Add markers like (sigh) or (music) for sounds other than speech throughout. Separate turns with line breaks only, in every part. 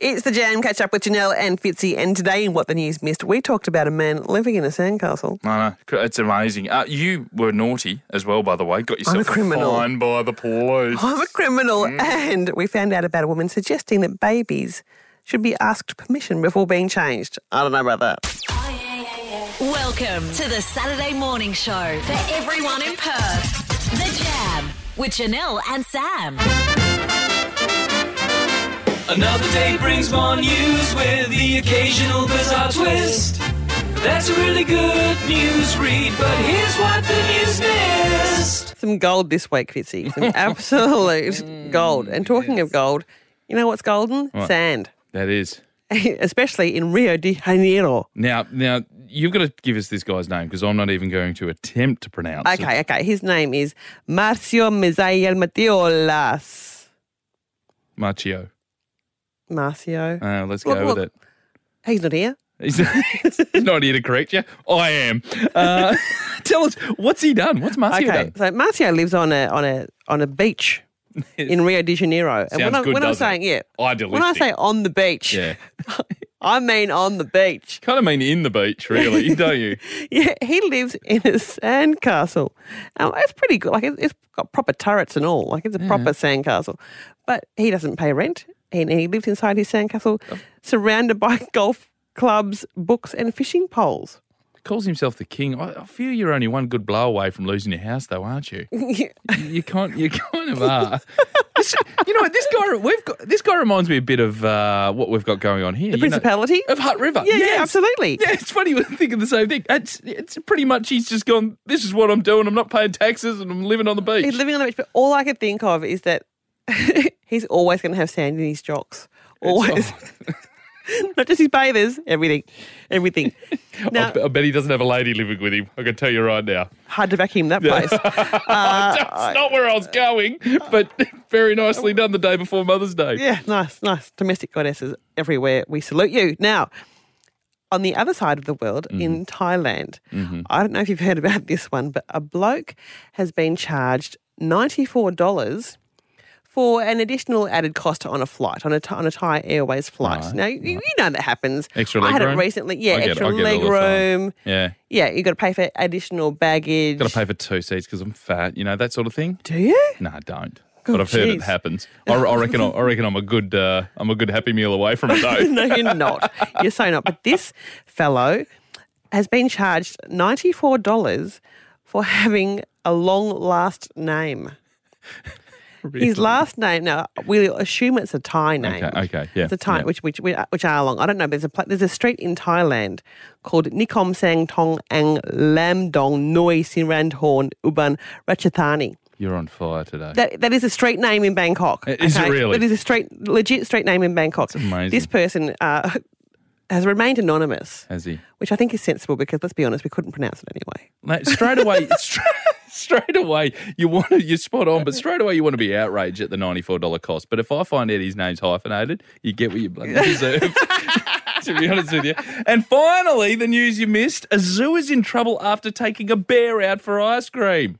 It's the Jam Catch Up with Janelle and Fitzy, and today in What the News Missed, we talked about a man living in a sandcastle. (laughs)
I know. Cr- It's amazing. Uh, you were naughty as well, by the way. Got yourself
criminal.
fined by the police.
I'm a criminal, and we found out about a woman suggesting that babies should be asked permission before being changed. I don't know about that.
Welcome to the Saturday Morning Show for everyone in Perth. The Jam with Janelle and Sam.
Another day brings more news with the occasional bizarre twist. That's really good news read, but here's what the news missed.
Some gold this week, Fitzy. Some absolute gold. And talking of gold, you know what's golden? Sand. (laughs)
That is.
Especially in Rio de Janeiro.
Now, now you've got to give us this guy's name because I'm not even going to attempt to pronounce it.
Okay, okay. His name is Marcio Misael Mateolas.
Marchio.
Marcio.
Uh, let's
Look,
go
look.
with it.
He's not here.
He's, he's (laughs) not here to correct you. I am. Uh, (laughs) tell us, what's he done? What's Marcio
Okay,
done?
so Marcio lives on a on a on a
(laughs)
beach in Rio de Janeiro. and when,
Sounds
I,
good,
when I'm
doesn't
saying
it?
yeah, when I
Idealistic.
say on the beach,
Yeah.
(laughs) I mean on the beach.
Kind of mean in the beach, really, (laughs) don't you?
Yeah, he lives in a sandcastle. Um, it's pretty good. Like it, it's got proper turrets and all. Like it's a proper sandcastle, but he doesn't pay rent, and he lives inside his sandcastle,
Oh.
surrounded by (laughs) golf clubs, books, and fishing poles.
Calls himself the king. I, I feel you're only one good blow away from losing your house, though, aren't
(laughs)
you? you can't. You kind of are. This- you know what? This guy. We've got this guy reminds me a bit of uh, what we've got going on here. The
Principality?
of Hutt River.
Yeah, yeah,
Yes.
absolutely.
Yeah, it's funny. We're thinking the same thing. It's, it's pretty much. He's just gone. This is what I'm doing. I'm not paying taxes, and I'm living on the beach.
He's living on the beach, but all I could think of is that (laughs) he's always going to have sand in his jocks. Always. (laughs) Not just his bathers, everything. Everything.
I
Now,
bet- I bet he doesn't have a lady living with him. I can tell you right now.
hard to vacuum that place.
That's not where I was going, but (laughs) very nicely done the day before Mother's Day.
yeah, nice, nice. Domestic goddesses everywhere. We salute you. Now, on the other side of the world,
Mm.
in Thailand,
Mm-hmm.
I don't know if you've heard about this one, but a bloke has been charged $94 for an additional added cost on a flight, on a, Th- on a Thai Airways flight. now, you, you know that happens.
Extra
I had
legroom?
it recently. Yeah,
I get it,
extra
I get it all
leg
the time.
room.
Yeah.
Yeah, you've got to pay for additional baggage.
Got to pay for two seats because I'm fat, you know, that sort of thing.
Do you?
No, I don't.
Oh,
but I've heard
jeez.
it happens. I, I reckon. I, reckon I'm a good. Uh, I'm a good happy meal away from
(laughs)
it (laughs) though.
no, you're not. You're so not. But this fellow has been charged $94 for having a long last name. His last name, now we'll assume it's a Thai name.
Okay, okay, yeah,
It's a Thai,
yeah.
which, which which are long. I don't know, but there's a, pla- there's a street in Thailand called Nikom Sang Tong Ang Lam Dong Noi Siranthorn Uban Ratchathani.
You're on fire today.
That that is a street name in Bangkok.
Is it really?
That is a street legit street name in Bangkok.
amazing.
This person uh, has remained anonymous,
Has he?
which I think is sensible because let's be honest, we couldn't pronounce it anyway.
Like, straight away. (laughs) straight, straight away. You want to. You're spot on, but straight away you want to be outraged at the ninety four dollar cost. But if I find out his name's hyphenated, you get what
(laughs)
you bloody deserve. (laughs) to be honest with you. And finally, the news you missed: a zoo is in trouble after taking a bear out for ice cream.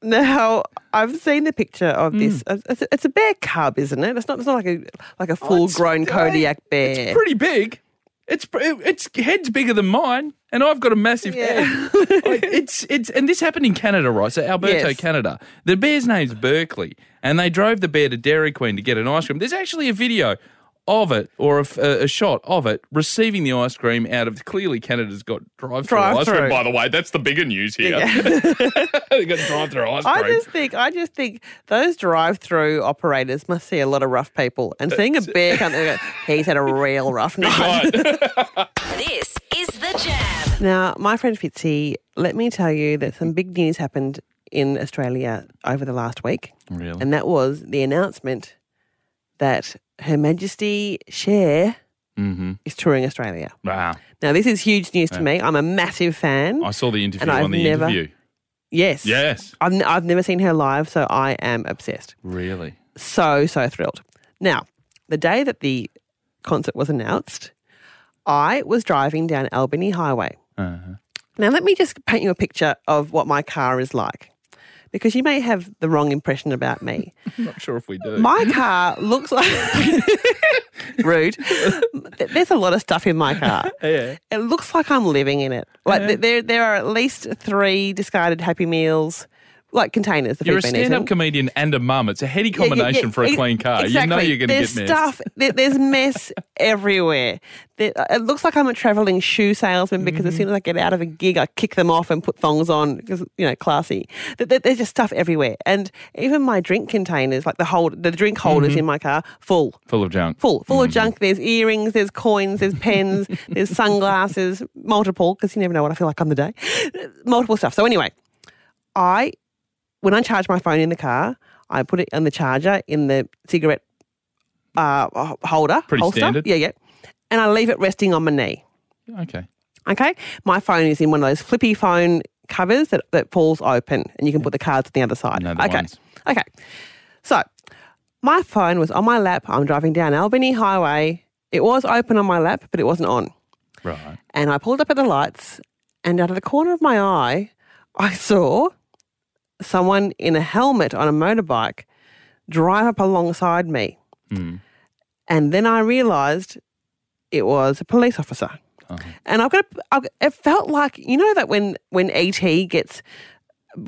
Now I've seen the picture of
Hmm.
this. It's, it's a bear cub, isn't it? It's not. It's not like a like a full grown Kodiak bear.
It's Oh, pretty big. It's pr- it's head's bigger than mine, and I've got a massive
Yeah. (laughs)
head. Like, it's it's and this happened in Canada, right? So Alberto,
Yes.
Canada. The bear's name's Berkeley, and they drove the bear to Dairy Queen to get an ice cream. There's actually a video of it, or a, f- a- a shot of it receiving the ice cream out of clearly Canada's got drive-through ice
Drive-through.
cream. By the way, that's the bigger news here. (laughs) they got drive-through ice
I
cream.
just think I just think those drive-through operators must see a lot of rough people, and seeing
(laughs)
a bear come, they go, he's had a real rough night.
Right.
(laughs)
This is The Jam.
Now, my friend Fitzy, let me tell you that some big news happened in Australia over the last week.
Really?
And that was the announcement that Her Majesty Cher is touring Australia.
wow.
Now, this is huge news to me. I'm a massive fan.
I saw the interview
And I've
on the
never-
interview.
yes.
Yes.
I've, n- I've never seen her live, so I am obsessed.
Really?
so so thrilled. Now, the day that the concert was announced, I was driving down
Uh-huh.
Albany Highway. Now, let me just paint you a picture of what my car is like. because you may have the wrong impression about
(laughs)
me.
I'm not sure if we do.
My car looks
(laughs)
like rude. There's a lot of stuff in my car.
(laughs) Yeah. Uh-huh.
It looks like I'm living in it. Like th- there, there are at least three discarded Happy Meals, like containers. That
You're a
have been
stand-up
eaten.
comedian and a mum. It's a heady
Yeah, yeah,
combination
yeah,
for a
ex-
clean car. You know
exactly.
you're going to
There's
get messed.
stuff. there- there's mess everywhere. There, it looks like I'm a traveling shoe salesman because
Mm-hmm.
as soon as I get out of a gig, I kick them off and put thongs on because you know classy. There- there- There's just stuff everywhere, and even my drink containers, like the hold, the drink holders
Mm-hmm.
in my car, full
Full of junk.
full, full of junk. There's earrings, there's coins, there's pens,
(laughs)
there's sunglasses, multiple, because you never know what I feel like on the day. Multiple stuff. So anyway, I when I charge my phone in the car, I put it on the charger in the cigarette uh, h- holder.
Pretty
holster.
standard.
Yeah, yeah. And I leave it resting on my knee.
Okay.
Okay. My phone is in one of those flippy phone covers that, that falls open and you can put the cards on the other side.
Another
okay.
ones.
Okay. So my phone was on my lap. I'm driving down Albany Highway. It was open on my lap, but it wasn't on.
Right.
And I pulled up at the lights, and out of the corner of my eye, I saw someone in a helmet on a motorbike drive up alongside me. And then I realized it was a police officer. And I've got, a, I've, got- it felt like, you know, that when, when ET gets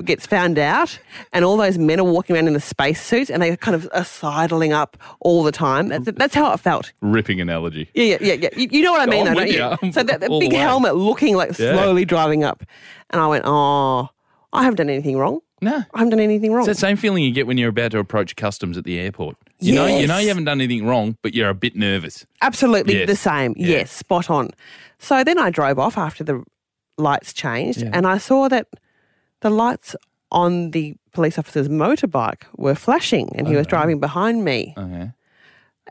gets found out and all those men are walking around in the spacesuits and they kind of are sidling up all the time. That's, that's how it felt.
Ripping analogy.
Yeah, yeah, yeah, yeah. You, you know what I mean,
I'm
though,
with
don't you?
you.
So that, that
All the
big
way.
helmet looking like
Yeah.
slowly driving up. And I went, oh, I haven't done anything wrong.
No.
I haven't done anything wrong.
It's that same feeling you get when you're about to approach customs at the airport. You know, you know
Yes.
you haven't done anything wrong, but you're a bit nervous.
Absolutely
Yes.
the same.
Yeah.
Yes, spot on. So then I drove off after the lights changed and I saw that the lights on the police officer's motorbike were flashing and he was driving behind me.
Oh. Okay.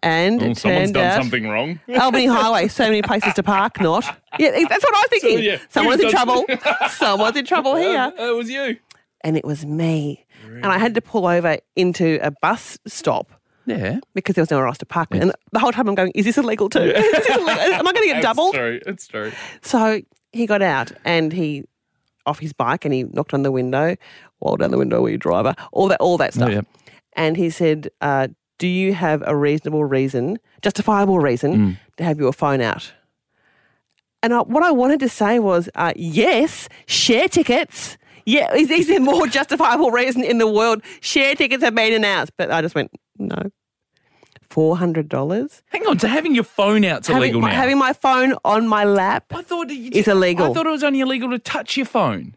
And
Oh,
it
someone's
turned
done
out
something wrong.
Albany Highway, so many places to park, not. Yeah, that's
(laughs)
what I was thinking.
yeah,
Someone's in
who's
trouble.
done-
Someone's in trouble
(laughs)
here.
That Uh, was you.
and it was me. And I had to pull over into a bus stop
Yeah.
because there was nowhere else to park. And the whole time I'm going, is this illegal too? Is this illegal? Am I going to get doubled?
It's true. It's true.
So he got out and he off his bike and he knocked on the window, well down the window, were you driver? All that, all that stuff.
yeah.
And he said, uh, "Do you have a reasonable reason, justifiable reason,
Mm.
to have your phone out?" And I, what I wanted to say was, uh, "Yes, share tickets." Yeah, is, is there more (laughs) justifiable reason in the world? Share tickets have been announced, but I just went no. Four hundred dollars.
Hang on. So having your phone out's
Having,
illegal
my-
now.
having my phone on my lap.
I thought you
It's illegal.
I thought it was only illegal to touch your phone.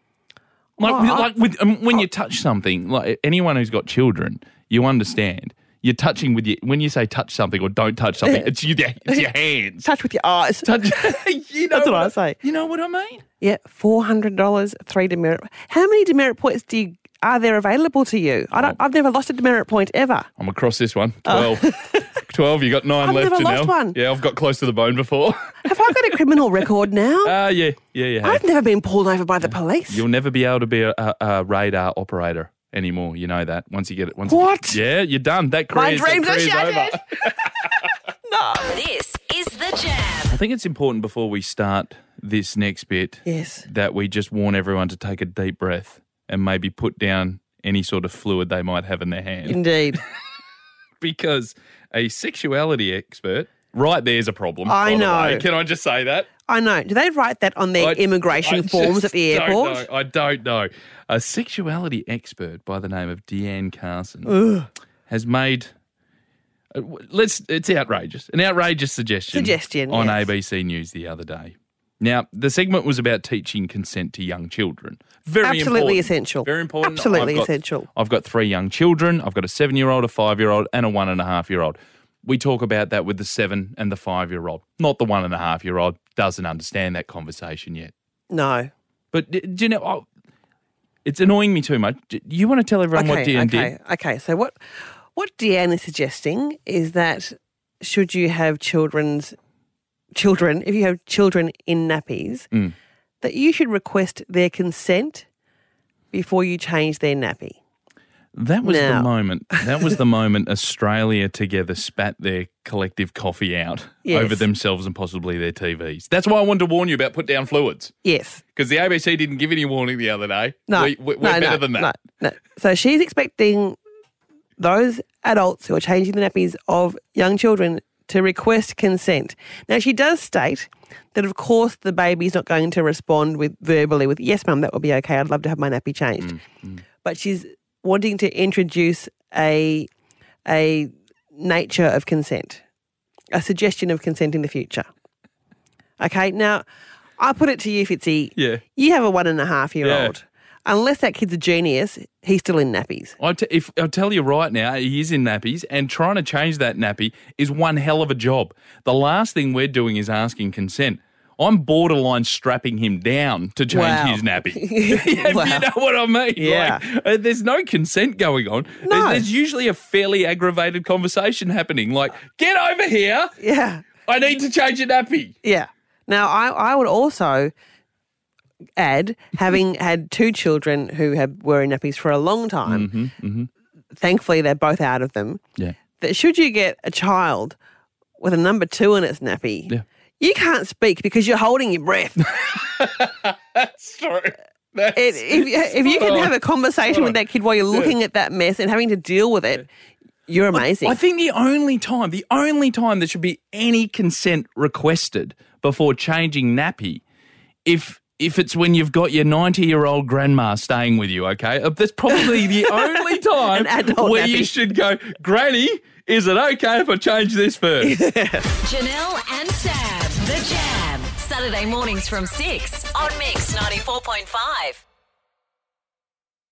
Like,
Well,
with,
I-
like with, um, when you touch something, like anyone who's got children, you understand. You're touching with your when you say touch something or don't touch something. It's you. It's (laughs) your hands.
Touch with your eyes.
Touch. (laughs)
(laughs)
you know
That's what I say.
You know what I mean?
Yeah, four hundred dollars, three demerit. How many demerit points do you are there available to you? I don't, I've never lost a demerit point ever.
I'm across this one. Twelve. (laughs) Twelve. You got 9
I've
left.
never
Janelle.
lost one.
Yeah, I've got close to the bone before. (laughs)
Have I got a criminal record now?
Ah, yeah, yeah, yeah.
I've never been pulled over by the police.
You'll never be able to be a, a, a radar operator anymore. You know that. Once you get it. Once
What?
You get, yeah, you're done. That career.
My dreams are
over.
shattered. (laughs) no.
This is The Jam.
I think it's important before we start this next bit
Yes.
that we just warn everyone to take a deep breath and maybe put down any sort of fluid they might have in their hand.
Indeed.
because a sexuality expert, right there's a problem.
I
by the
know.
way. Can I just say that?
I know. Do they write that on their
I-
immigration
I
forms
just
at the
don't
airport?
know. I don't know. A sexuality expert by the name of Deanne Carson has made. uh, w- Let's. It's outrageous. An outrageous suggestion.
Suggestion,
on
yes.
ABC News the other day. Now the segment was about teaching consent to young children. Very
Absolutely
important.
essential.
Very important.
Absolutely
I've got-
essential.
I've got three young children. I've got a seven-year-old, a five-year-old, and a one and a half-year-old. We talk about that with the seven and the five-year-old. Not the one and a half-year-old doesn't understand that conversation yet.
No.
But d- do you know? Oh, it's annoying me too much. D- You want to tell everyone what
Okay,
Deanne
okay,
did?
okay. So what what Deanne is suggesting is that should you have children's children, if you have children in nappies, that you should request their consent before you change their nappy.
That was the
Now.
moment. That
(laughs)
was the moment Australia together spat their collective coffee out
Yes.
over themselves and possibly their TVs. That's why I wanted to warn you about put down fluids
Yes.
because the ABC didn't give any warning the other day.
No.
we, we,
no,
we're better
no,
than that.
No, no. So she's expecting those adults who are changing the nappies of young children to request consent. Now, she does state that, of course, the baby's not going to respond with verbally with, yes, mum, that would be okay. I'd love to have my nappy changed.
Mm,
But she's wanting to introduce a, a nature of consent, a suggestion of consent in the future. Okay, now I put it to you, Fitzy.
Yeah.
You have a one and a half year
Yeah.
old. Unless that kid's a genius, he's still in
(laughs)
nappies. (laughs)
I t- if, I'll tell you right now, he is in nappies, and trying to change that nappy is one hell of a job. The last thing we're doing is asking consent. I'm borderline strapping him down to change
Wow.
his nappy. (laughs) if
Wow.
You know what I mean?
Yeah.
Like, uh, there's no consent going on. There's,
No.
there's usually a fairly aggravated conversation happening. Like, get over here.
Yeah.
I need to change a nappy.
Yeah. Now, I, I would also add,
(laughs)
having had two children who have, were in nappies for a long time,
Mm-hmm,
thankfully they're both out of them,
Yeah.
that should you get a child with a number two in its nappy,
Yeah.
you can't speak because you're holding your
(laughs)
breath.
That's true. That's,
It, if, if you can
on.
have a conversation with that kid while you're looking at that mess and having to deal with it, you're amazing.
I think the only time, the only time there should be any consent requested before changing nappy, if if it's when you've got your ninety year old grandma staying with you, okay, Uh, that's
(laughs)
probably the only time
An adult
where you
nappy.
should go, Granny. Is it okay if I change this first?
Janelle and Sam, The Jam. Saturday mornings from 6 on Mix 94.5.